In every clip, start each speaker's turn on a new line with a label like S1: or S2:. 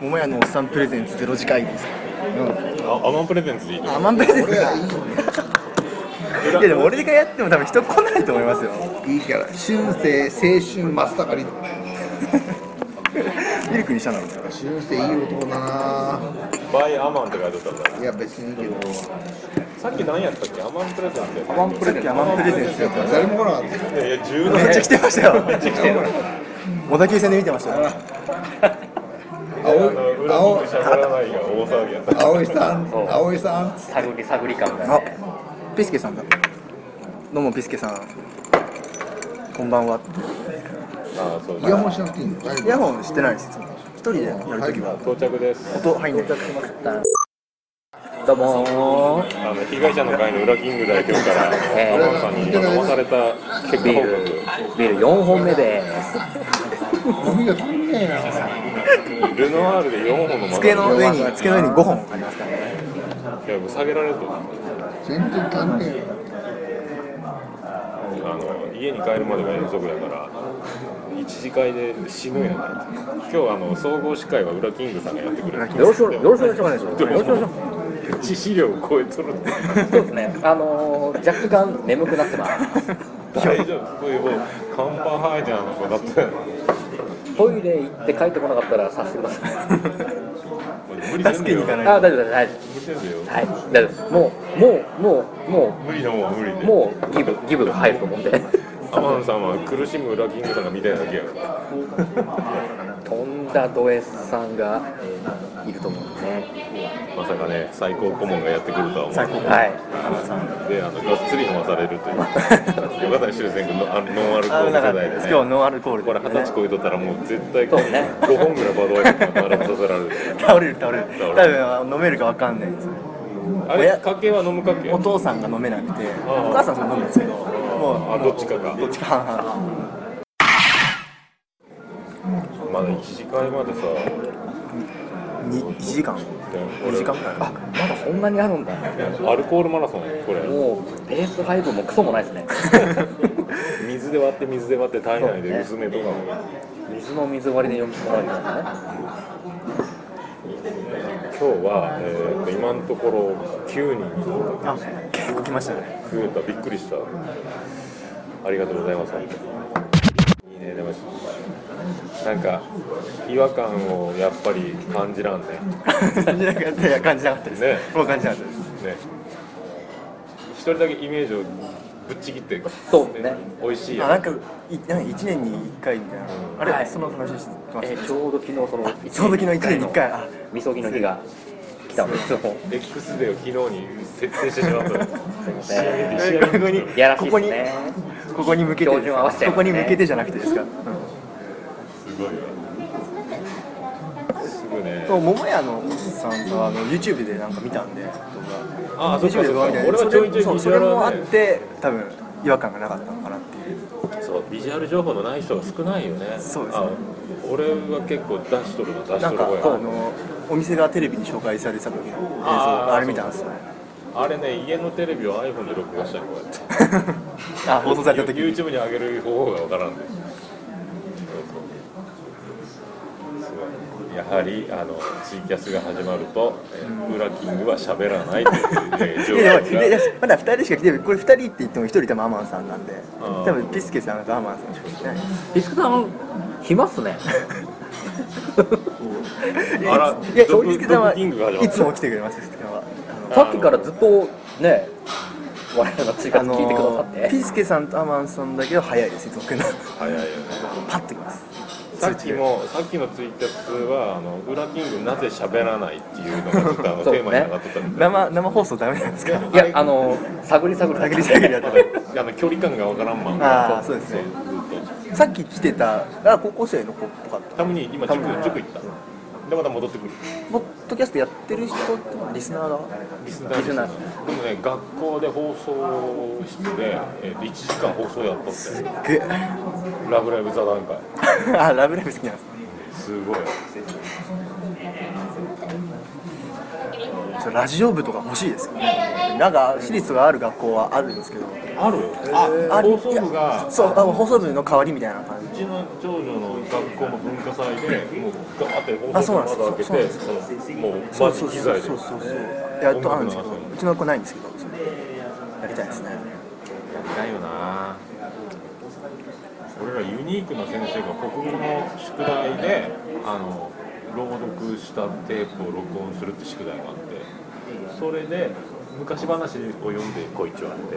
S1: 桃屋のおっさんプレゼンツゼロ次回です。
S2: あアマンプレゼンツでいい
S1: あ、マンプレゼンツだ。いやでも俺がやっても多分人来ないと思いますよ。
S3: いいから春生青春真っ盛り
S1: ミルクにしたなんですか。
S3: 春生いい男だな
S2: バイアマンって書いてあったんだ
S3: いや別にいいけど
S2: さっき何やったっけアマンプレゼンツ
S1: アマンプレゼンツ。アマンプレゼンツ。
S3: 誰も来なかった
S2: いやいや十
S1: めっちゃ来てましたよ。
S3: 誰も来なかっ
S1: 小田急線で見てましたよ。
S3: た青い
S2: 裏
S3: 青
S2: 向いて喋らないが大騒ぎやった
S3: 青いさん青いさん
S4: 探り探り感が
S1: あ
S4: ね、
S1: ピスケさんだ。どうもピスケさん。こんばんは。
S2: あそう
S3: イヤホンしなくていいの大
S1: イ
S3: 丈
S1: ヤホンしてないです。いつも一人でやるときは
S2: 到着です
S1: 音入んない。
S4: どうもー
S2: あの被害者の会の裏キング代表から
S4: え
S2: ア
S4: ー
S2: マンさんに今騙された結
S4: ビ
S2: 果
S4: ー
S2: 報
S4: ル
S2: 告
S4: ビール4本目です
S3: 夫ゴミが足んねえな
S2: ルノワールで4本の窓
S1: 机の上に机の上に5本ありますからね。
S2: いやもう下げられると思う
S3: 全然足んねえよ
S2: あの家に帰るまでが遠足だから一次会で死ぬんやな今日あの総合司会は裏キングさんがやってくれる
S4: よろしくよろしくお願いします
S2: で
S4: よ
S2: も
S4: ろしくお願いしま
S2: 致死量を超えとるって
S4: すそうですねあのー、若干眠くなってます
S2: 大丈夫こういうもう看板生えてあの子だって
S4: トイレ行って帰ってこなかったら察してください
S2: 無理せん
S1: 助
S2: で
S1: け
S2: よ
S1: に行かない
S4: あ大丈夫ですはい
S2: 無理せんでよ
S4: はい大丈夫ですもうもうもうも
S2: 無理のもんは無理
S4: う
S2: で
S4: もうギブギブが入ると思うんで
S2: アマンさんは苦しむ裏キングさんが見たいだけやから
S4: 飛んだドエさんがいると思うんですね
S2: まさかね最高顧問がやってくるとは思う
S4: はい
S2: であのがっつり飲まされるとい うよかった修善君のあのノンアルコール世代でね
S1: ノンアルコール
S2: これ二十歳超えとったらもう絶対こ
S4: そうね
S2: う5本ぐらいバドワイザー並べさせられる
S1: 倒れる倒れる
S2: 倒れ
S1: 多分飲めるかわかんないですね
S2: あれ家計は飲む家計
S1: お父さんが飲めなくてお母さんが飲むんですけども
S2: あどっちかが
S1: うどっちか半々
S2: まだ1時間までさ
S1: 1時間2時間くらいあ
S4: まだそんなにあるんだ
S2: アルコールマラソンこれ
S4: もうベース配分もクソもない ですね
S2: 水で割って水で割って体内で薄めとかも
S4: 水の水割りで読み込まれてますね
S2: 今日は、えーと今のところ9人
S1: あ結構来ましたね
S2: 増えたびっくりしたありがとうございますいいねでもなんか違和感をやっぱり感じらんね
S1: 感じなかったいや感じなかったです
S2: ね
S1: もう感じなかったです
S2: ね一人だけイメージをぶっちぎって
S4: そうね
S2: 美味しい
S1: あなん
S2: や
S1: かいなんか1年に1回みたいなあれ、
S4: はい
S1: その話してまし
S4: え
S1: た
S4: ーちょうど昨日その
S1: ちょうど昨日1年に1回あ
S4: みそぎの日が来たんですよ
S2: X デーを昨日に設定してしまった
S4: ません
S2: 仕上げて仕上げて
S1: ここに
S4: いやらしい
S1: ここ
S4: で
S1: に
S4: すね
S1: ここに向けてです
S4: 標準合わせちゃい
S1: こ
S4: ます
S1: こ
S4: ね
S1: に向けてじゃなくてですか、うん
S2: すごいわすぐね
S1: そう桃屋のおっさんとあの YouTube でなんか見たんで動画
S2: ああそっ
S1: 大
S2: か
S1: 丈
S2: そっ
S1: 夫で
S2: か
S1: すかみたいな
S2: 俺はちょいちょい
S1: それ
S2: ビジ
S1: そ
S2: ュア
S1: れ
S2: ル
S1: も
S2: は
S1: あ
S2: ね
S1: って多分違和感がなかったのかなっていう
S2: そうビジュアル情報のない人が少ないよね
S1: そうですね
S2: あ俺は結構出しとるの出し
S1: な
S2: と
S1: ん
S2: る
S1: か
S2: 方
S1: あ
S2: や
S1: のお店がテレビに紹介されてた時の映像
S2: あー
S1: あれ見たんですよ ね
S2: あれね家のテレビを iPhone で録画したりこうやって
S1: あ放送された時に
S2: YouTube に上げる方法がわからんでやはりあのツイキャスが始まると、えー、裏キングは喋らないという、ね、
S1: い
S2: 状
S1: やいやいや
S2: 況が
S1: まだ2人しか来てないこれ2人って言っても1人多分アマンさんなんで
S2: あー
S1: 多分ピスケさんとアマンさんしか来てないです
S4: ビスクさん暇っすね
S2: あら
S1: いや
S2: 毒
S1: ピスケさんは
S2: 毒キングが始まった
S1: いつも来てくれますピスケさんは
S4: さっきからずっとね我々の追加
S1: あの
S4: 聞いてくださって、
S1: ーピスケさんとアマンさんだけは早いですいつも来るの
S2: 早いよね
S1: パッと来ます
S2: さっきもさっきのツイキャスはあの裏キングなぜ喋らないっていうのがずっとあのテ
S4: そうね
S2: ーマに上がっとったみたい
S1: 生生放送ダメなんです か
S4: いやあのー探り探り
S1: 探り探りやってる
S2: なあの距離感がわからんまん
S1: あーそうですね
S2: ずっと
S1: さっき来てたあ高校生の子っぽかった
S2: たまに今
S1: 多
S2: 塾
S1: 分
S2: 塾行ったでまた戻ってくる
S1: ポッドキャストやってる人ってリスナーだ
S2: リスナー
S4: リスナー
S2: でもね学校で放送室で、えー、と1時間放送やっとって
S1: く
S2: 「ラブライブ座談会
S1: あラブライブ好きなんですね」
S2: すごい
S1: ちょラジオ部とか欲しいですよねなんか私立がある学校はあるんですけど
S2: あるあ
S1: ある
S2: 放送部が
S1: そうあ放送部の代わりみたいな感じ
S2: ちの長女の学校の文化祭でもうガーって
S1: あそうなんです
S2: 窓開けてそのもうマジ機材で
S1: そうそうそうそうやっとあるんですけどうちの子ないんですけどそれやりたいですね
S2: ないよな俺らユニークな先生が国語の宿題であの朗読したテープを録音するって宿題があってそれで昔話を読んでこいって言われて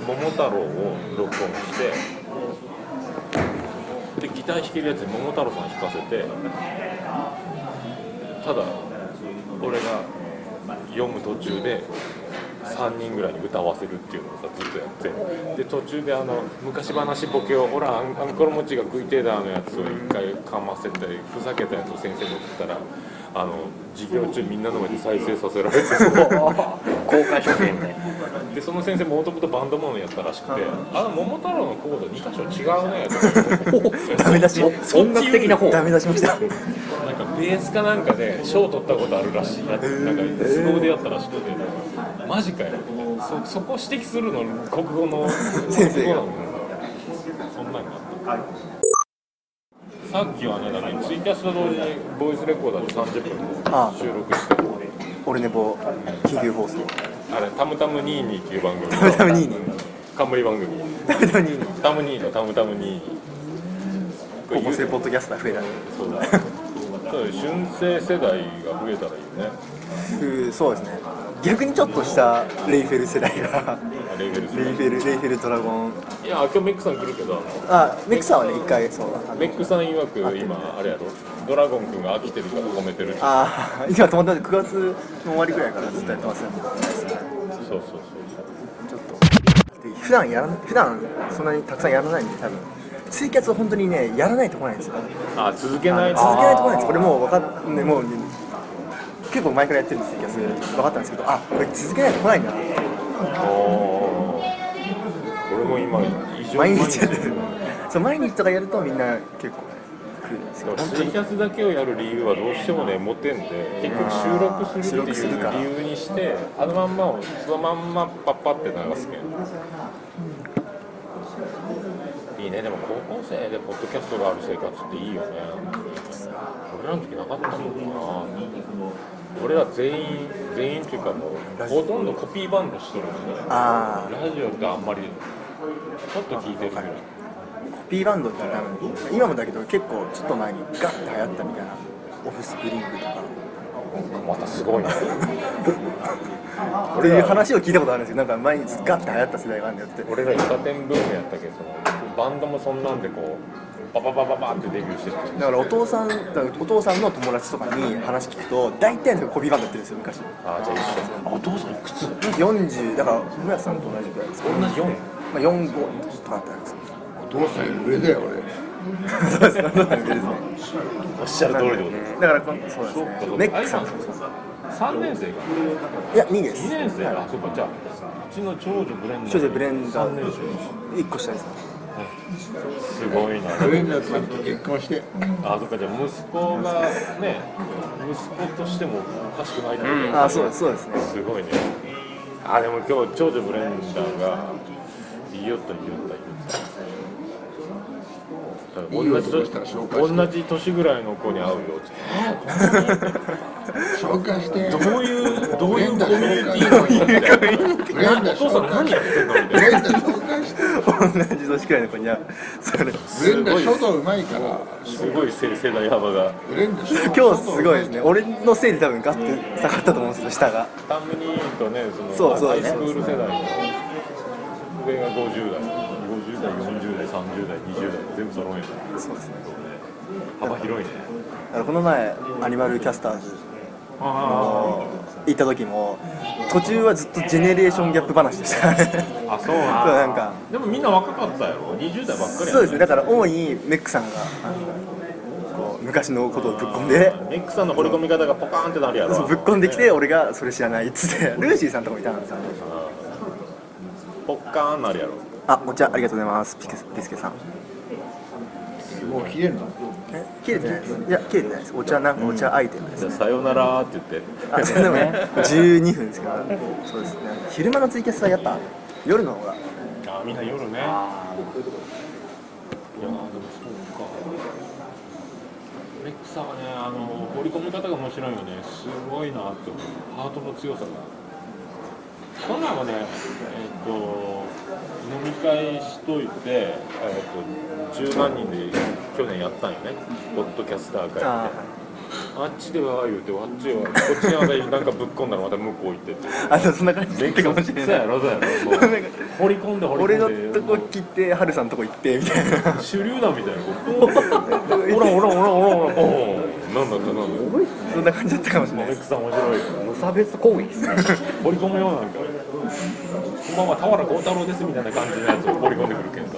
S2: で「桃太郎」を録音してでギター弾けるやつに桃太郎さん弾かせてただ俺が読む途中で3人ぐらいに歌わせるっていうのをさずっとやってで途中であの昔話ボケをほらアンアンコロ餅が食いてえだのやつを1回かませたりふざけたやつを先生に送ったらあの授業中みんなの前で再生させられて
S4: 公開処刑みたいな
S2: でその先生もともとバンドマンをやったらしくて「あの桃太郎のコード2箇所違うね」 とか言って
S1: ダメ出し
S2: そっち
S4: 音楽的な方
S1: ダメ出しました
S2: なんかベースかなんかで賞取ったことあるらしいなってなんか都合でやったらしくて、マジかよそそこ指摘するの国語の
S1: 先生が
S2: 国語なのそんなんがあった、さっきはねだからツイキャスと同時にボイスレコーダーで30
S1: あ
S2: 分収録して
S1: 俺ねぼ緊急放送
S2: あれ「タムタム22」っていう番組の
S1: タムタム22
S2: 冠番組
S1: ダメダメに
S2: 「タム2」の「タムタム22」
S1: 高校生ポッドキャスター増えたね
S2: そうだそう春生世代が増えたらいいよね
S1: うんそうですね逆にちょっとしたレイフェル世代が
S2: あレベルす
S1: レイ
S2: る
S1: フェルレイフェルドラゴン
S2: いや今日メックさん来るけど
S1: あミクさんはね一回そうあの
S2: メックさん曰く今あれやろドラゴンくんが飽きてるから褒めてるそう
S1: ああ今止まってます9月の終わりぐらいからずっとやってますね
S2: そうそう
S1: ちょっとで普段やらん普段そんなにたくさんやらないんで多分ツイキャスは本当にねやらないとこないんですよ
S2: あ続け
S1: あ
S2: ない
S1: の続けないとこないんですこれもう分かっ、ね、もうね結構前からやってるんですツイキャス分かったんですけどあこれ続けないとこないんだな
S2: おー俺も今異常に
S1: 毎日やってるそう毎日とかやるとみんな結構来るんです
S2: で
S1: けど
S2: も
S1: 本
S2: ツ
S1: 当
S2: イ
S1: に
S2: キャスだけをやる理由はどうしてもねモテんで結局収録するっていう理由にしてあのまんまをそのまんまパッパって流すけんいいねでも高校生でポッドキャストがある生活っていいよね俺らの時なかったもんな俺ら全員全員っていうかもうほとんどコピーバンドしとるんで
S1: あ
S2: ラジオってあんまりちょっと聞いてるぐらい
S1: あコピーバンドって多分今もだけど結構ちょっと前にガッて流行ったみたいなオフスプリングとか
S2: またすごい ね
S1: っていう話を聞いたことあるんですけどなんか前にガッて流行った世代があるんだよって
S2: 俺らイカ天ブームやったけどそのバンドもそんなんでこうバババババってデビューしてて
S1: だからお父さんだからお父さんの友達とかに話聞くと大体の人がコピーバンドやってるんですよ昔
S2: あーじゃあ一緒あお父さんいくつ同
S1: 40だから村瀬さんと同じくらいですか、
S2: じ4
S1: まあ、45とかだったんですよ
S3: お父さんより上だよ俺
S1: そうです ねそうですね
S2: おっしゃる通りでございま
S1: だからこのそうです
S2: そうか
S1: ね
S2: そうか
S1: メックさん
S2: あ今3年生か
S1: いや2です
S2: 2年生
S1: はい
S2: あそうかじゃあうちの長女ブレンダー
S1: 長女ブレンダー
S2: 3年
S1: 一個下ですね
S2: 生すごいな
S3: 上村さんと結婚して
S2: あそっかじゃあ息子がね息子としてもおかしくないってことだよね
S1: あそうですそうですね
S2: すごいねあでも今日長女ブレンダーが言いよった言いよった言いよった
S3: いい男したら紹介して
S2: 同じ年ぐらいの子に会うよって
S3: 紹介して
S2: どういうどういうコミュニティ
S3: ブレンダ
S2: お父さん何やってんのみ
S3: ブ
S2: た
S3: レ
S2: い
S3: ン
S2: な
S3: ダ紹介して
S1: 同じ年くらいの子にはそれ
S3: ブレンダ書道うまいから
S2: すごい世世代幅が
S3: ブレンダ
S1: 今日すごいですね俺のせいで多分ガッて下がったと思うんですよ下が
S2: タムニーとねその
S1: そうそう
S2: ハイスクール世代の上が50代50代40代30代20代全部揃えた
S1: そうですね
S2: 幅広いね
S1: だからこの前アニマルキャスターズ
S2: あ
S1: 行った時も途中はずっとジェネレーションギャップ話でしたね
S2: あそう
S1: そう
S2: なんだ
S1: なんか
S2: でもみんな若かったやろ20代ばっかりや
S1: そうですねだから主にメックさんがあのこう昔のことをぶっ込んで
S2: メックさんの掘り込み方がポカーンってなるやろ
S1: そうぶっ込んできて俺がそれ知らないっつってルーシーさんとかもいたんですよ
S2: ポッカーンなるやろ
S1: あお茶ありがとうございますピケピスケさん
S3: もう冷えるの
S1: え切れてないですいや切れてないですお茶なんかお茶アイテムです、
S2: じゃあさよならって言って
S1: あそれでもね12分ですからそうですね昼間のツイキャスはやっぱ夜の方が
S2: あみんな夜ねいやーでもそうレックさんはねあの掘り込み方が面白いよねすごいなって思うハートの強さがこんなんはねえっ、と飲み会しといて、えっと10万人で去年やったんよねポッドキャスター会って
S1: あ
S2: あっちでは言うてあっちではこっちではなんかぶっ込んだらまた向こう行ってって
S1: ーはいあそんな感じだったかもしれな
S2: そうや
S1: い
S2: ろそうやろもう
S1: なんか
S2: 掘り込んで掘り
S1: 俺
S2: 込
S1: の
S2: んで
S1: とこ
S2: もう
S1: 切ってハルさんのとこ行ってみたい な
S2: 主流だみたいなおらおらおらおら おらおらなんだったなんだ
S4: すごいっすね
S1: そんな感じだったかもしれないで
S2: メッ
S1: す
S2: クさん面白いよ
S4: 無差別攻撃ですね
S2: 掘り込むようなんかこんばんは俵光太郎ですみたいな感じのやつを掘り込んでくるけんさ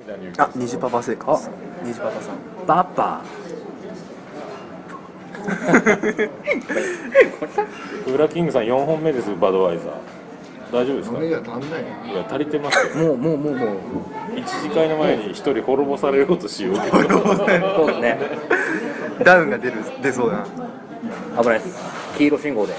S2: みたいに言うけど
S1: あニジパパ生活ニジパパさん
S4: パパ
S2: ウラキングさん4本目ですバドワイザー大丈夫ですか
S3: 飲みが足んない
S2: いや足りてますよ
S4: もうもうもうもう
S2: 一次会の前に一人滅ぼされようとしようけど
S4: そうですね
S1: ダウンが出る出そうだな
S4: 危ないです黄色信号で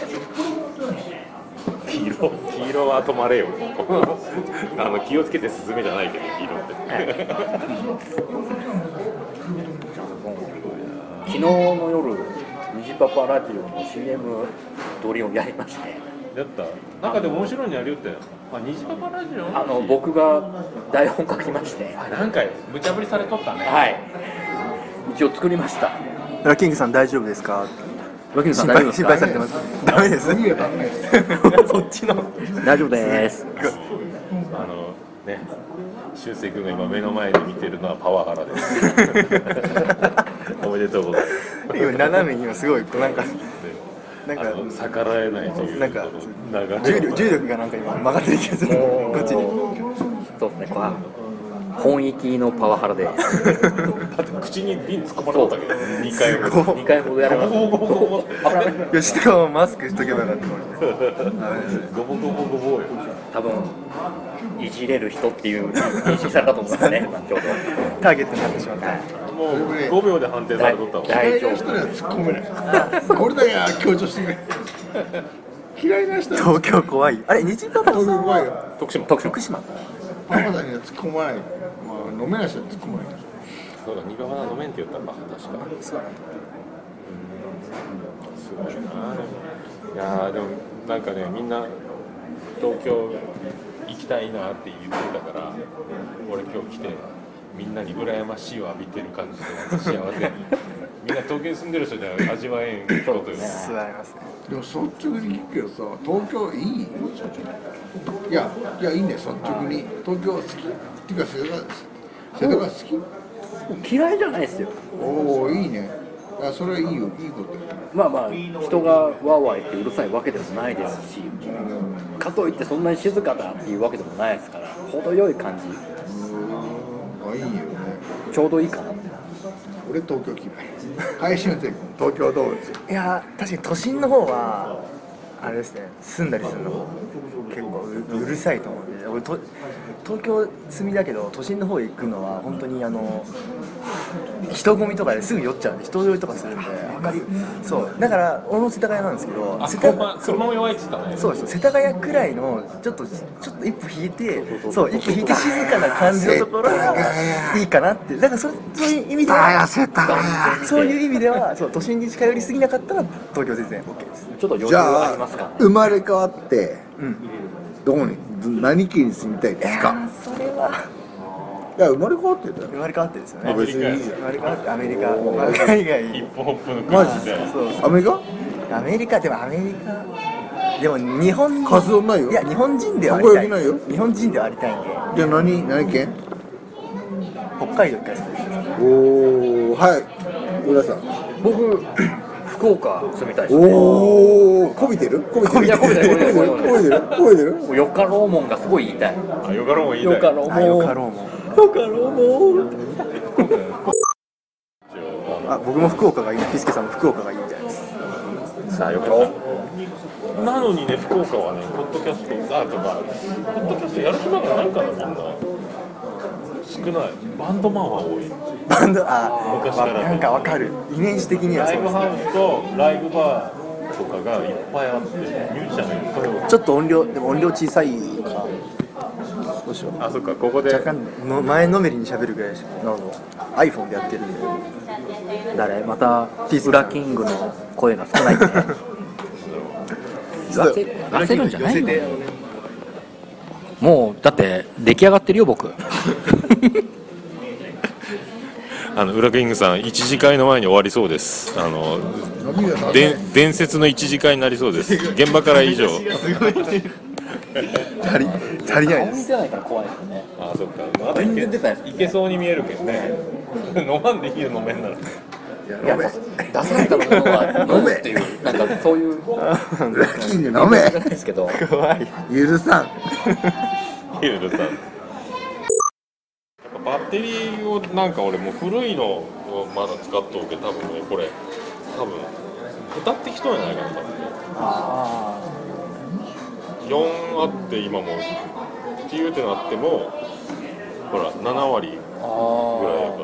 S2: 黄色黄色は止まれよ あの気をつけて進めじゃないけど黄色って
S4: 昨日の夜ニジパパラジオの CM 撮りをやりまして
S2: やったなんかでも面白いのやるよってあ虹パパラジオ
S4: あの僕が台本書きまして
S2: あなんか無茶ぶりされとったね
S4: はい一応作りました
S1: ラキングさん大丈夫ですか
S4: 脇野さ
S1: 心
S4: ん大
S1: 配心
S4: 丈夫ですか
S1: 配されてますダメです
S3: 飲みが足んない
S1: そっちの
S4: 大丈夫です
S2: あのね俊く君が今目の前で見てるのはパワハラです おめでとうございます
S1: 今斜めに今すごいこうなんかなん
S2: であ
S1: か
S2: の逆らえないという
S1: なんか
S2: この流
S1: 重
S2: れ
S1: 力重力がなんか今曲がってる気がする
S4: も
S1: こっちに
S4: うそうですねこれ本域のパワハラで
S2: だって口に瓶突っ込まれたけど2回
S1: すご
S2: も
S1: い
S4: 2回ほどやりました
S2: ゴボゴボゴボ
S1: よしとかマスクしとけばよかった
S2: ゴボゴボゴボよ
S4: 多分いじれる人っていう認識されたと思うんですね ちょう
S1: ターゲットになってしまった
S2: もう5秒で判定されとったわ
S4: だ
S3: 嫌
S4: い
S3: いな人には突っ込めないこれだけは強調してくれ嫌いな人は
S1: 東京怖いあれ虹パパさ
S3: 東京
S1: ん
S3: 怖い
S1: は
S3: よ
S2: 徳島
S4: ど徳島
S1: 福島
S3: パパだけは突っ込まないまあ飲めない人は突っ込まない
S2: そうだ、ニババナ飲めんって言ったか、確か。
S1: そう
S2: すごいな。でもいやー、でも、なんかね、みんな。東京。行きたいなって言ってたから。俺今日来て。みんなに羨ましいを浴びてる感じで、幸せに。 みんな東京に住んでる人じゃ味わえんこと
S1: 座り
S2: よ。
S1: ますね
S3: でも率直に聞くけどさ東京いいいやいやいいね率直に東京好きっていうか世田谷世田谷好き
S4: 嫌いじゃないですよ
S3: おおいいねいやそれはいいよいいことよ
S4: まあまあ人がわーわー言ってうるさいわけでもないですしかといってそんなに静かだっていうわけでもないですから程よい感じ
S3: あいいよね
S4: ちょうどいいかなって
S3: 俺東京嫌い配信全国東京どうです
S1: いやー確かに都心の方はあれですね住んだりするのも結構ううるさいと思うんで俺と東京住みだけど都心の方行くのは本当にあの人混みとかですぐ酔っちゃうんで人酔いとかするんであんまりそうだから俺も世田谷なんですけど
S2: あ、
S1: 世
S2: 車
S1: 田
S2: も、車も弱いって言ったね。
S1: そうですよ世田谷くらいのちょっとちょっと一歩引いてそう一歩引いて静かな感じのところがいいかなってだからそれそういう意味では
S3: せた
S1: そういう意味ではそう都心に近寄りすぎなかったら東京全然 OK です
S4: ちょっと余
S3: じ
S4: 裕
S3: ゃ
S4: あ
S3: あ
S4: りますからね
S3: 生まれ変わって
S1: うん
S3: どこにど何県に住みたいですか
S1: それはい
S3: や生まれ変わってたよ
S1: 生まれ変わってですよね
S2: アメリ
S1: 生
S2: カや。
S1: まれ変わってアメリカ海
S2: ヒッ
S1: 外
S2: プホップの
S3: マ
S2: 国
S3: ジっす
S2: で
S3: か。
S1: そう
S3: アメリカ
S1: アメリカでもアメリカでも日本人
S3: カツ丼ないよ
S1: いや日本人ではありたい
S3: ここよくない
S1: 日本人ではありたいんで
S3: じゃあ何何県
S1: 北海道行かせてです
S3: おおはい浦さん
S4: 僕福岡住みたいですね
S3: おおこびてるこびてる
S4: いや媚びてる
S3: 媚びて
S4: 媚びて
S3: る
S4: る
S3: こびてるこびてる
S4: よかろうもんがすごい言いたい
S2: あ、よかろうもいいだ
S4: よか
S2: よ。
S4: ろう
S1: あよ
S4: もん
S1: かろうも
S4: よかろうもん
S1: あ僕も福岡がいいピスケさんも福岡がいいみたいです
S2: さあ、よかろう。なのにね、福岡はね、ポッドキャスト、あ、とか。ポッドキャストやる暇がないから、みんな。少ない。バンドマンは多い。
S1: バンドあ
S2: 昔からね
S1: なんかわかるイメージ的には
S2: ラ
S1: そ
S2: イ
S1: う
S2: ブ
S1: です
S2: ハウスとライブバーとかがいっぱいあってミュージシャンがいっぱいおる
S1: ちょっと音量でも音量小さいかどうしよう
S2: あそっかここで
S1: 若干の前のめりに喋るぐらいでしょなるほど iPhone でやってるんで
S4: 誰またウラキングの声が少ないね言わせ言わせるんじゃないよもうだって出来上がってるよ僕
S5: あの裏キングさん一次会の前に終わりそうですあの
S3: 何が
S5: で
S3: ね
S5: 伝説の一次会になりそうです現場から以上
S1: 足り足りないです
S4: てないから怖いですね
S2: あそっかまだい
S4: 全
S2: け
S4: 然出てないです
S2: いけそうに見えるけどね 飲まんでいいよ飲めんなら
S3: や
S4: いや
S3: 飲め
S4: 出されたものは飲むっていうなんかそういう
S3: ラッキング飲め
S4: じゃないですけど
S1: 怖い
S3: 許さん
S2: ヒルさんやっぱバッテリーをなんか俺もう古いのをまだ使っとうけど多分ねこれ多分歌ってきとんやないかな多分ね
S4: あ
S2: 4あって今もっていうってなってもほら7割
S4: あ
S2: ぐらいやから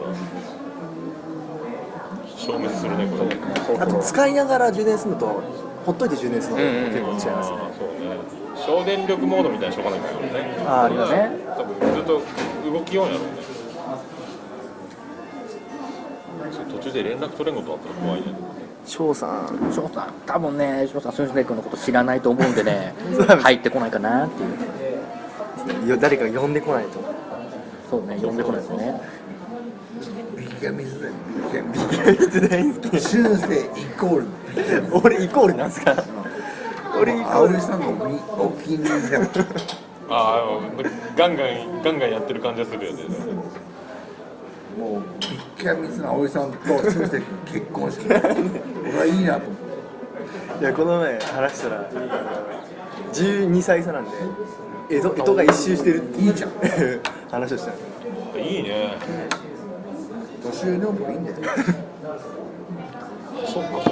S2: 消滅するねこれ
S1: あと使いながら充電するのとほっといて充電するのと結構違いますね、
S2: あーそうね省電力モードみたいにしとかないからね
S1: あーありますね
S2: 多分ずっと動きようんやろうねそう途中で連絡取れんことあったら怖いね
S1: 翔さん
S4: 翔さん多分ね翔さん俊介君のこと知らないと思うんで ね入ってこないかなっていう
S1: よ誰か呼んでこないと
S4: そうね呼んでこないですね
S3: ビッガミズだよビッガミズ
S1: 大好き
S3: 修正イコール
S1: 俺イコールなんすか俺イコ
S3: 青
S1: ール
S3: 井さんのお気に入りだよ
S2: ああガンガンガンガンやってる感じがするよね
S3: もうビッガミズの青井さんと修正君結婚してる俺はいいなと思っ
S1: い
S3: て
S1: やこの前話したら12歳差なんで江戸江戸が一周してるって
S3: いいじゃん
S1: 話をしたんです
S2: いいね
S3: 年上でもいいんだよ
S2: そっかそっか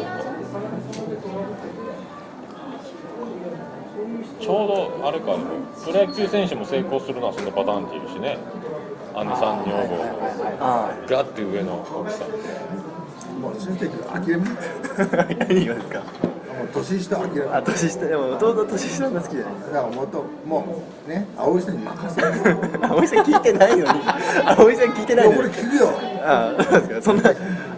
S2: ちょうどあれかプロ野球選手も成功するのはそのパターンっていうしね姉さん女房
S1: あ
S2: ガッて上の奥さん
S3: もう修正君諦めな
S1: あ何がですか
S3: もう年下諦めだか
S1: あ年下でも弟年下が好きじゃない
S3: らもっともうね青井さんに任せる
S1: ですか葵さん聞いてないのに葵さん聞いてない
S3: いや
S1: の
S3: 俺
S1: に
S3: 聞くよ
S1: ああそうなんですかそんな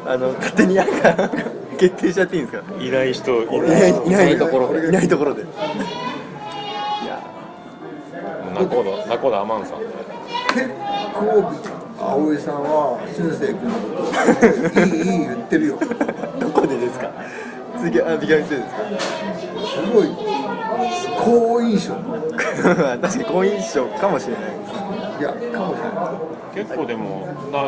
S1: あの勝手になんか決定しちゃっていいんですか
S2: いない人い
S1: いないいない
S4: いないところ
S1: いないところでいや
S2: ナコダナコダアマンさん
S3: 結構青井さんは俊生君のことをいいいい言ってるよす
S1: どこでですか次あ美顔先生ですか
S3: ごい好印象
S1: 確かに好印象かもしれないです
S3: いやかもしれない
S2: 結構でもな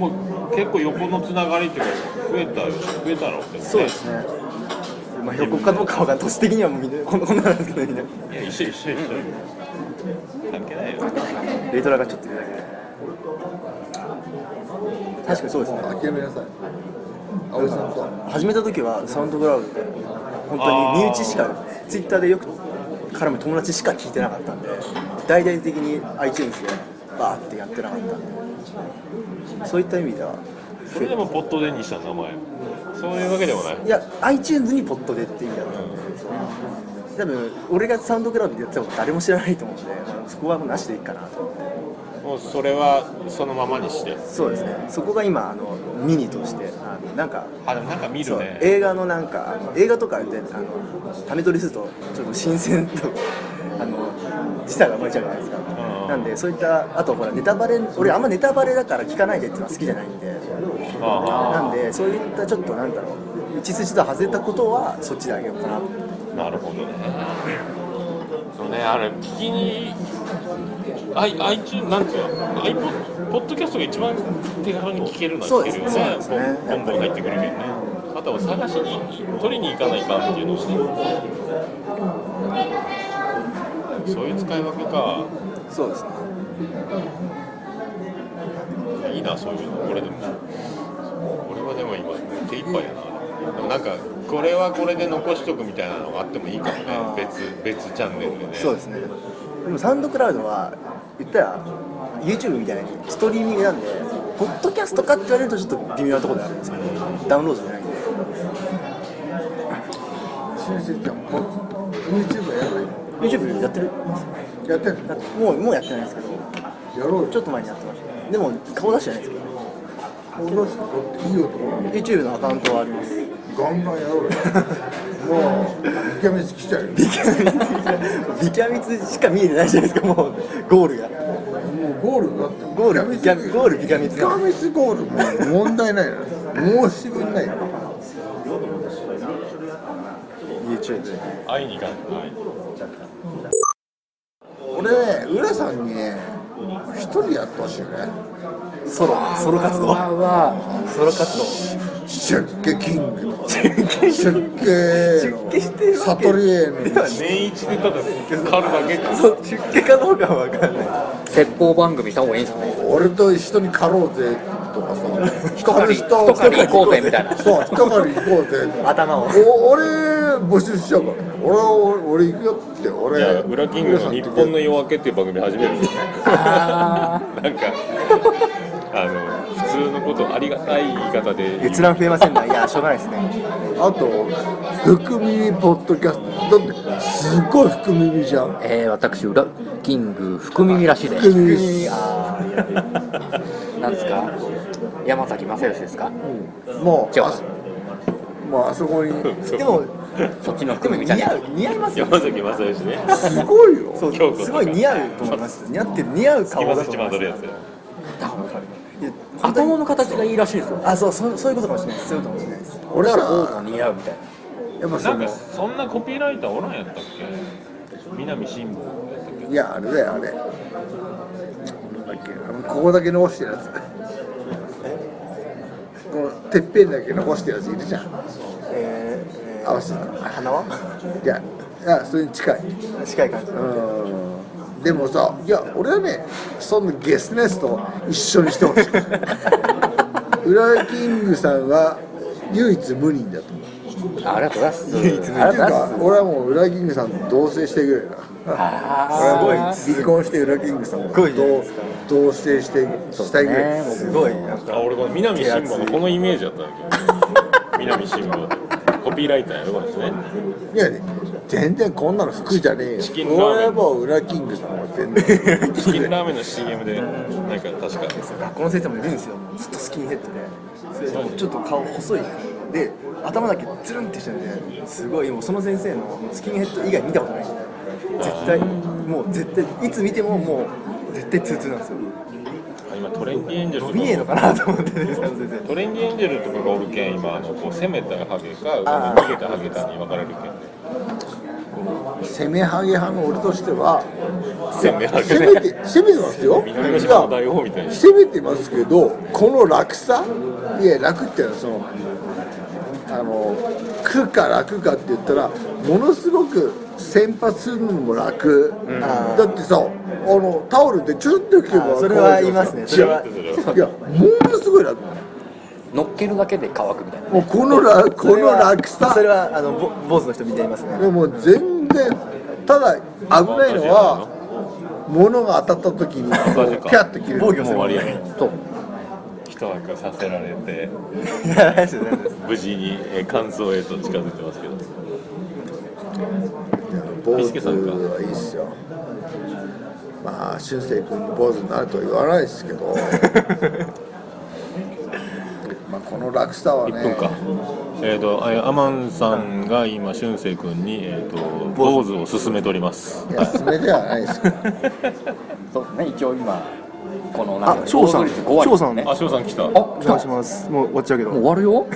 S2: もう結構横のつながりっていうか増えたよ増えたろってね
S1: そうですねまあ横かどうかは分かんない都市的にはもうみんなこんなこんななんですけどみんない
S2: や一緒一緒一緒関係ないよ
S1: レイトラがちょっといるだけで確かにそうですね
S3: もう諦めなさい青井さんと
S1: 始めた時はサウンドクラウドで本当に身内しかツイッターでよく絡む友達しか聞いてなかったんで大々的に iTunes でバーってやってなかったんでそういった意味では
S2: それでもポットデにした名前そういうわけでもない
S1: いや iTunes にポットでって意味だったんでそう多分俺がサウンドクラウドでやってたこと誰も知らないと思うんでまあそこはもうなしでいいかなと思って
S2: もうそれはそのままにして
S1: そうですねそこが今あのミニとしてあのなんか
S2: あでもなんか見る
S1: そう
S2: ね
S1: 映画のなんかあの映画とかであの種取りするとちょっと新鮮と あの時差が生まれちゃうじゃないですか、
S2: うん
S1: なんでそういったあとほらネタバレ俺あんまネタバレだから聞かないでっていうのは好きじゃないんで
S2: あ
S1: なんでそういったちょっとなんだろう道筋と外れたことはそっちであげようかな
S2: あなるほどねそうねあれ聞きに i iTunes なんていうの iPod ポッドキャストが一番手軽に聞けるのは
S1: そう
S2: 聞
S1: で
S2: け
S1: す
S2: る
S1: ね
S2: よね
S1: そうなんですね
S2: ボンボン入ってくるけどねあとは探しに取りに行かないかっていうのをしてそういう使い分けか
S1: そうですね
S2: いいなそういうのこれでも俺はでも今手一杯やなでもなんかこれはこれで残しとくみたいなのがあってもいいかもね
S1: あー
S2: 別別チャンネルでね
S1: そうですねでもサウンドクラウドは言ったら YouTube みたいにストリーミングなんでポッドキャストかって言われるとちょっと微妙なところであるんですけどダウンロードじゃないんで
S3: 俊生ちゃんも YouTube やらないの
S1: YouTube やってる
S3: ややってんの
S1: やもうもうやってないですけど
S3: やろうよ
S1: ちょっと前にやってましたでも顔出してないですけど
S3: 顔出すことっていいよと思う
S1: YouTube のアカウントはあり ます
S3: ガンガンやろうよもうイケメン好きちゃうよ
S1: ビキャミツしか見えてないじゃないですかもうゴールが
S3: もうゴールだって
S1: ゴールビキャミゴールビキャミ
S3: ビ
S1: ツ
S3: カ
S1: が
S3: ミスゴールもう問題ないよ申し分ないよ
S1: YouTube で
S5: 会いに行かない
S3: 俺ね浦さんにね一人やってほしいよね
S1: ソロソロ活動ソロ活動
S3: 出家キング出家
S1: 出
S3: の
S1: 家してるわけ
S3: 悟りへの
S1: ではね
S2: 年一でただ狩るだけか
S1: そう出家かどうかは分からない
S4: 説法番組した方がいいんですかね
S3: 俺と一緒に狩ろうぜとかさ
S4: 狩り一狩り行こうぜみたいな
S3: そう一狩り行こうぜ
S1: 頭を
S3: お俺募集しちゃうからね俺は俺俺行くよって俺
S5: いや裏キングの「日本の夜明け」っていう番組始めるんですよなんかあの普通のことありがたい言い方で言う
S1: 閲覧増えませんねいやしょうがないですね
S3: あと福耳ポッドキャストだってすごい福耳じゃん
S4: えー、私裏キング福耳らしいで
S3: 福
S4: す
S3: 耳
S4: なんですか山崎正義ですか
S3: もう
S4: 違う
S3: あもうあそこに
S1: でも
S4: そっちの福
S1: でも
S4: 耳じゃ
S1: 似
S4: ね
S1: 合う似合いますよ
S5: 山崎正義ね
S3: すごいよ
S1: そう
S5: 京子とか
S1: すごい似合うと思います似合ってる似合う顔
S5: 今
S1: だ
S5: ス
S1: と
S5: チ
S1: 思
S5: マ
S1: いま
S5: ン取
S1: す
S5: るやつや
S1: いや
S4: 頭の形がいいらしいですよ
S1: あそうそうそういうことかもしれないですそういうことかもしれないです
S3: 俺らや
S4: 似合うみたい
S3: っぱ
S2: な
S3: そ
S2: ん
S3: の
S2: かそんなコピーライターおらんやったっけ南信吾やったっけ
S3: いやあれだよあれなんだっけあのここだけ残してるやつこのてっぺんだけ残してるやついるじゃん
S1: えーえ
S3: 合わせたら
S1: ー、鼻 はい
S3: やいやそれに近い
S1: 近い感じ
S3: うんでもさいや俺はねそのゲスネスと一緒にしてほしい浦井キングさんは唯一無二だと思う
S4: なありがとうございます
S1: 唯一無二
S4: あ
S3: っていう
S4: りがとうござい
S3: か俺はもう浦井キングさんと同棲してくれるな
S4: ま
S3: す
S4: す
S3: ごい離婚して浦井キングさんと同
S1: すごいじゃないですか
S3: 同棲してしたいぐらい
S4: ね
S1: すごいなんか
S5: あ俺この南信吾のこのイメージだったんだ けど南信吾コピーライターやるわけですね
S3: いやね全然こんなの服じゃねえよ
S5: チキンラーメン
S3: 俺はもう裏キングさんは全然
S5: チキンラーメンの CM でなんか確か
S1: 学校の先生もいるんですよもうずっとスキンヘッドでそれでちょっと顔細いで頭だけつるんってしてるんですごいもうその先生のスキンヘッド以外見たことないです絶対もう絶対いつ見てももう絶対ツーツーなんですよ
S5: あ今トレンディエンジェル
S1: 伸
S5: と
S1: びねえ
S5: か
S1: のかなと思ってねその先生
S5: トレンディエンジェルとかがおるけん今あのこう攻めたハゲか
S1: あー
S5: 逃げたハゲたに分かれるけん
S3: 攻めはげ派の俺としては
S5: 攻めハゲ
S3: 攻めて攻めてますよ
S5: 南の島の大王みたいに
S3: 攻めてますけどこの楽さいや楽っていうのはそのあの苦か楽かって言ったらものすごく先発するのも楽、だってさあのタオルでチュッて拭けば
S1: あそれは言いますねそれは
S3: 乾いやものすごい楽
S4: 乗っけるだけで乾くみたいな
S3: もうこの楽 この楽さ
S1: それはあのぼ坊主の人見ていますね
S3: でも全然ただ危ないのは物が当たった時にこうピャッと切れる
S1: 防御
S5: も
S1: す
S5: う
S1: る
S5: 割り上
S4: そう
S5: げ一枠させられて
S1: いやないですよないです
S5: 無事にえー完走へと近づいてますけど
S3: 坊主はいいっすよまあ俊く君に坊主になるとは言わないですけどまあこの落差はね
S5: 1分かえっ、とあアマンさんが今俊く君に、えー、と坊主を勧めております
S3: いや勧めではないですけど
S4: そうね一応今このなん
S1: あ
S4: か
S1: 翔さん
S4: 防御率5割
S1: 翔さん
S4: ね
S5: あ翔さん来た
S4: あ
S1: お
S4: 来た
S1: 願い
S4: も
S1: しますもう終わっちゃうけ
S4: う終
S1: ど
S4: わるよ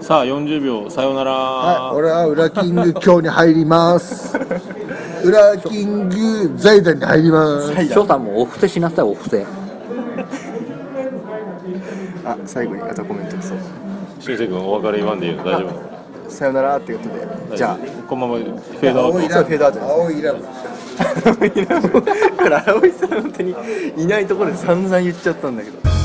S5: さあ40秒さよなら、
S3: はい俺は裏キング今日に入ります裏キング財団に入ります
S4: 翔さんもお布施しなさいお布施
S1: あ最後にあとコメントそう
S5: 俊く君お別れ言わんでいいの大丈
S1: さよならっていうこと
S5: 夫
S1: でじゃあ
S5: このままフェードアウ
S3: 青
S5: ト
S3: い
S1: そ
S3: ラ
S1: うフェードアウト
S3: ブ
S1: です
S3: 青いラブ
S1: これ、葵さん、本当にいないところで散々言っちゃったんだけど。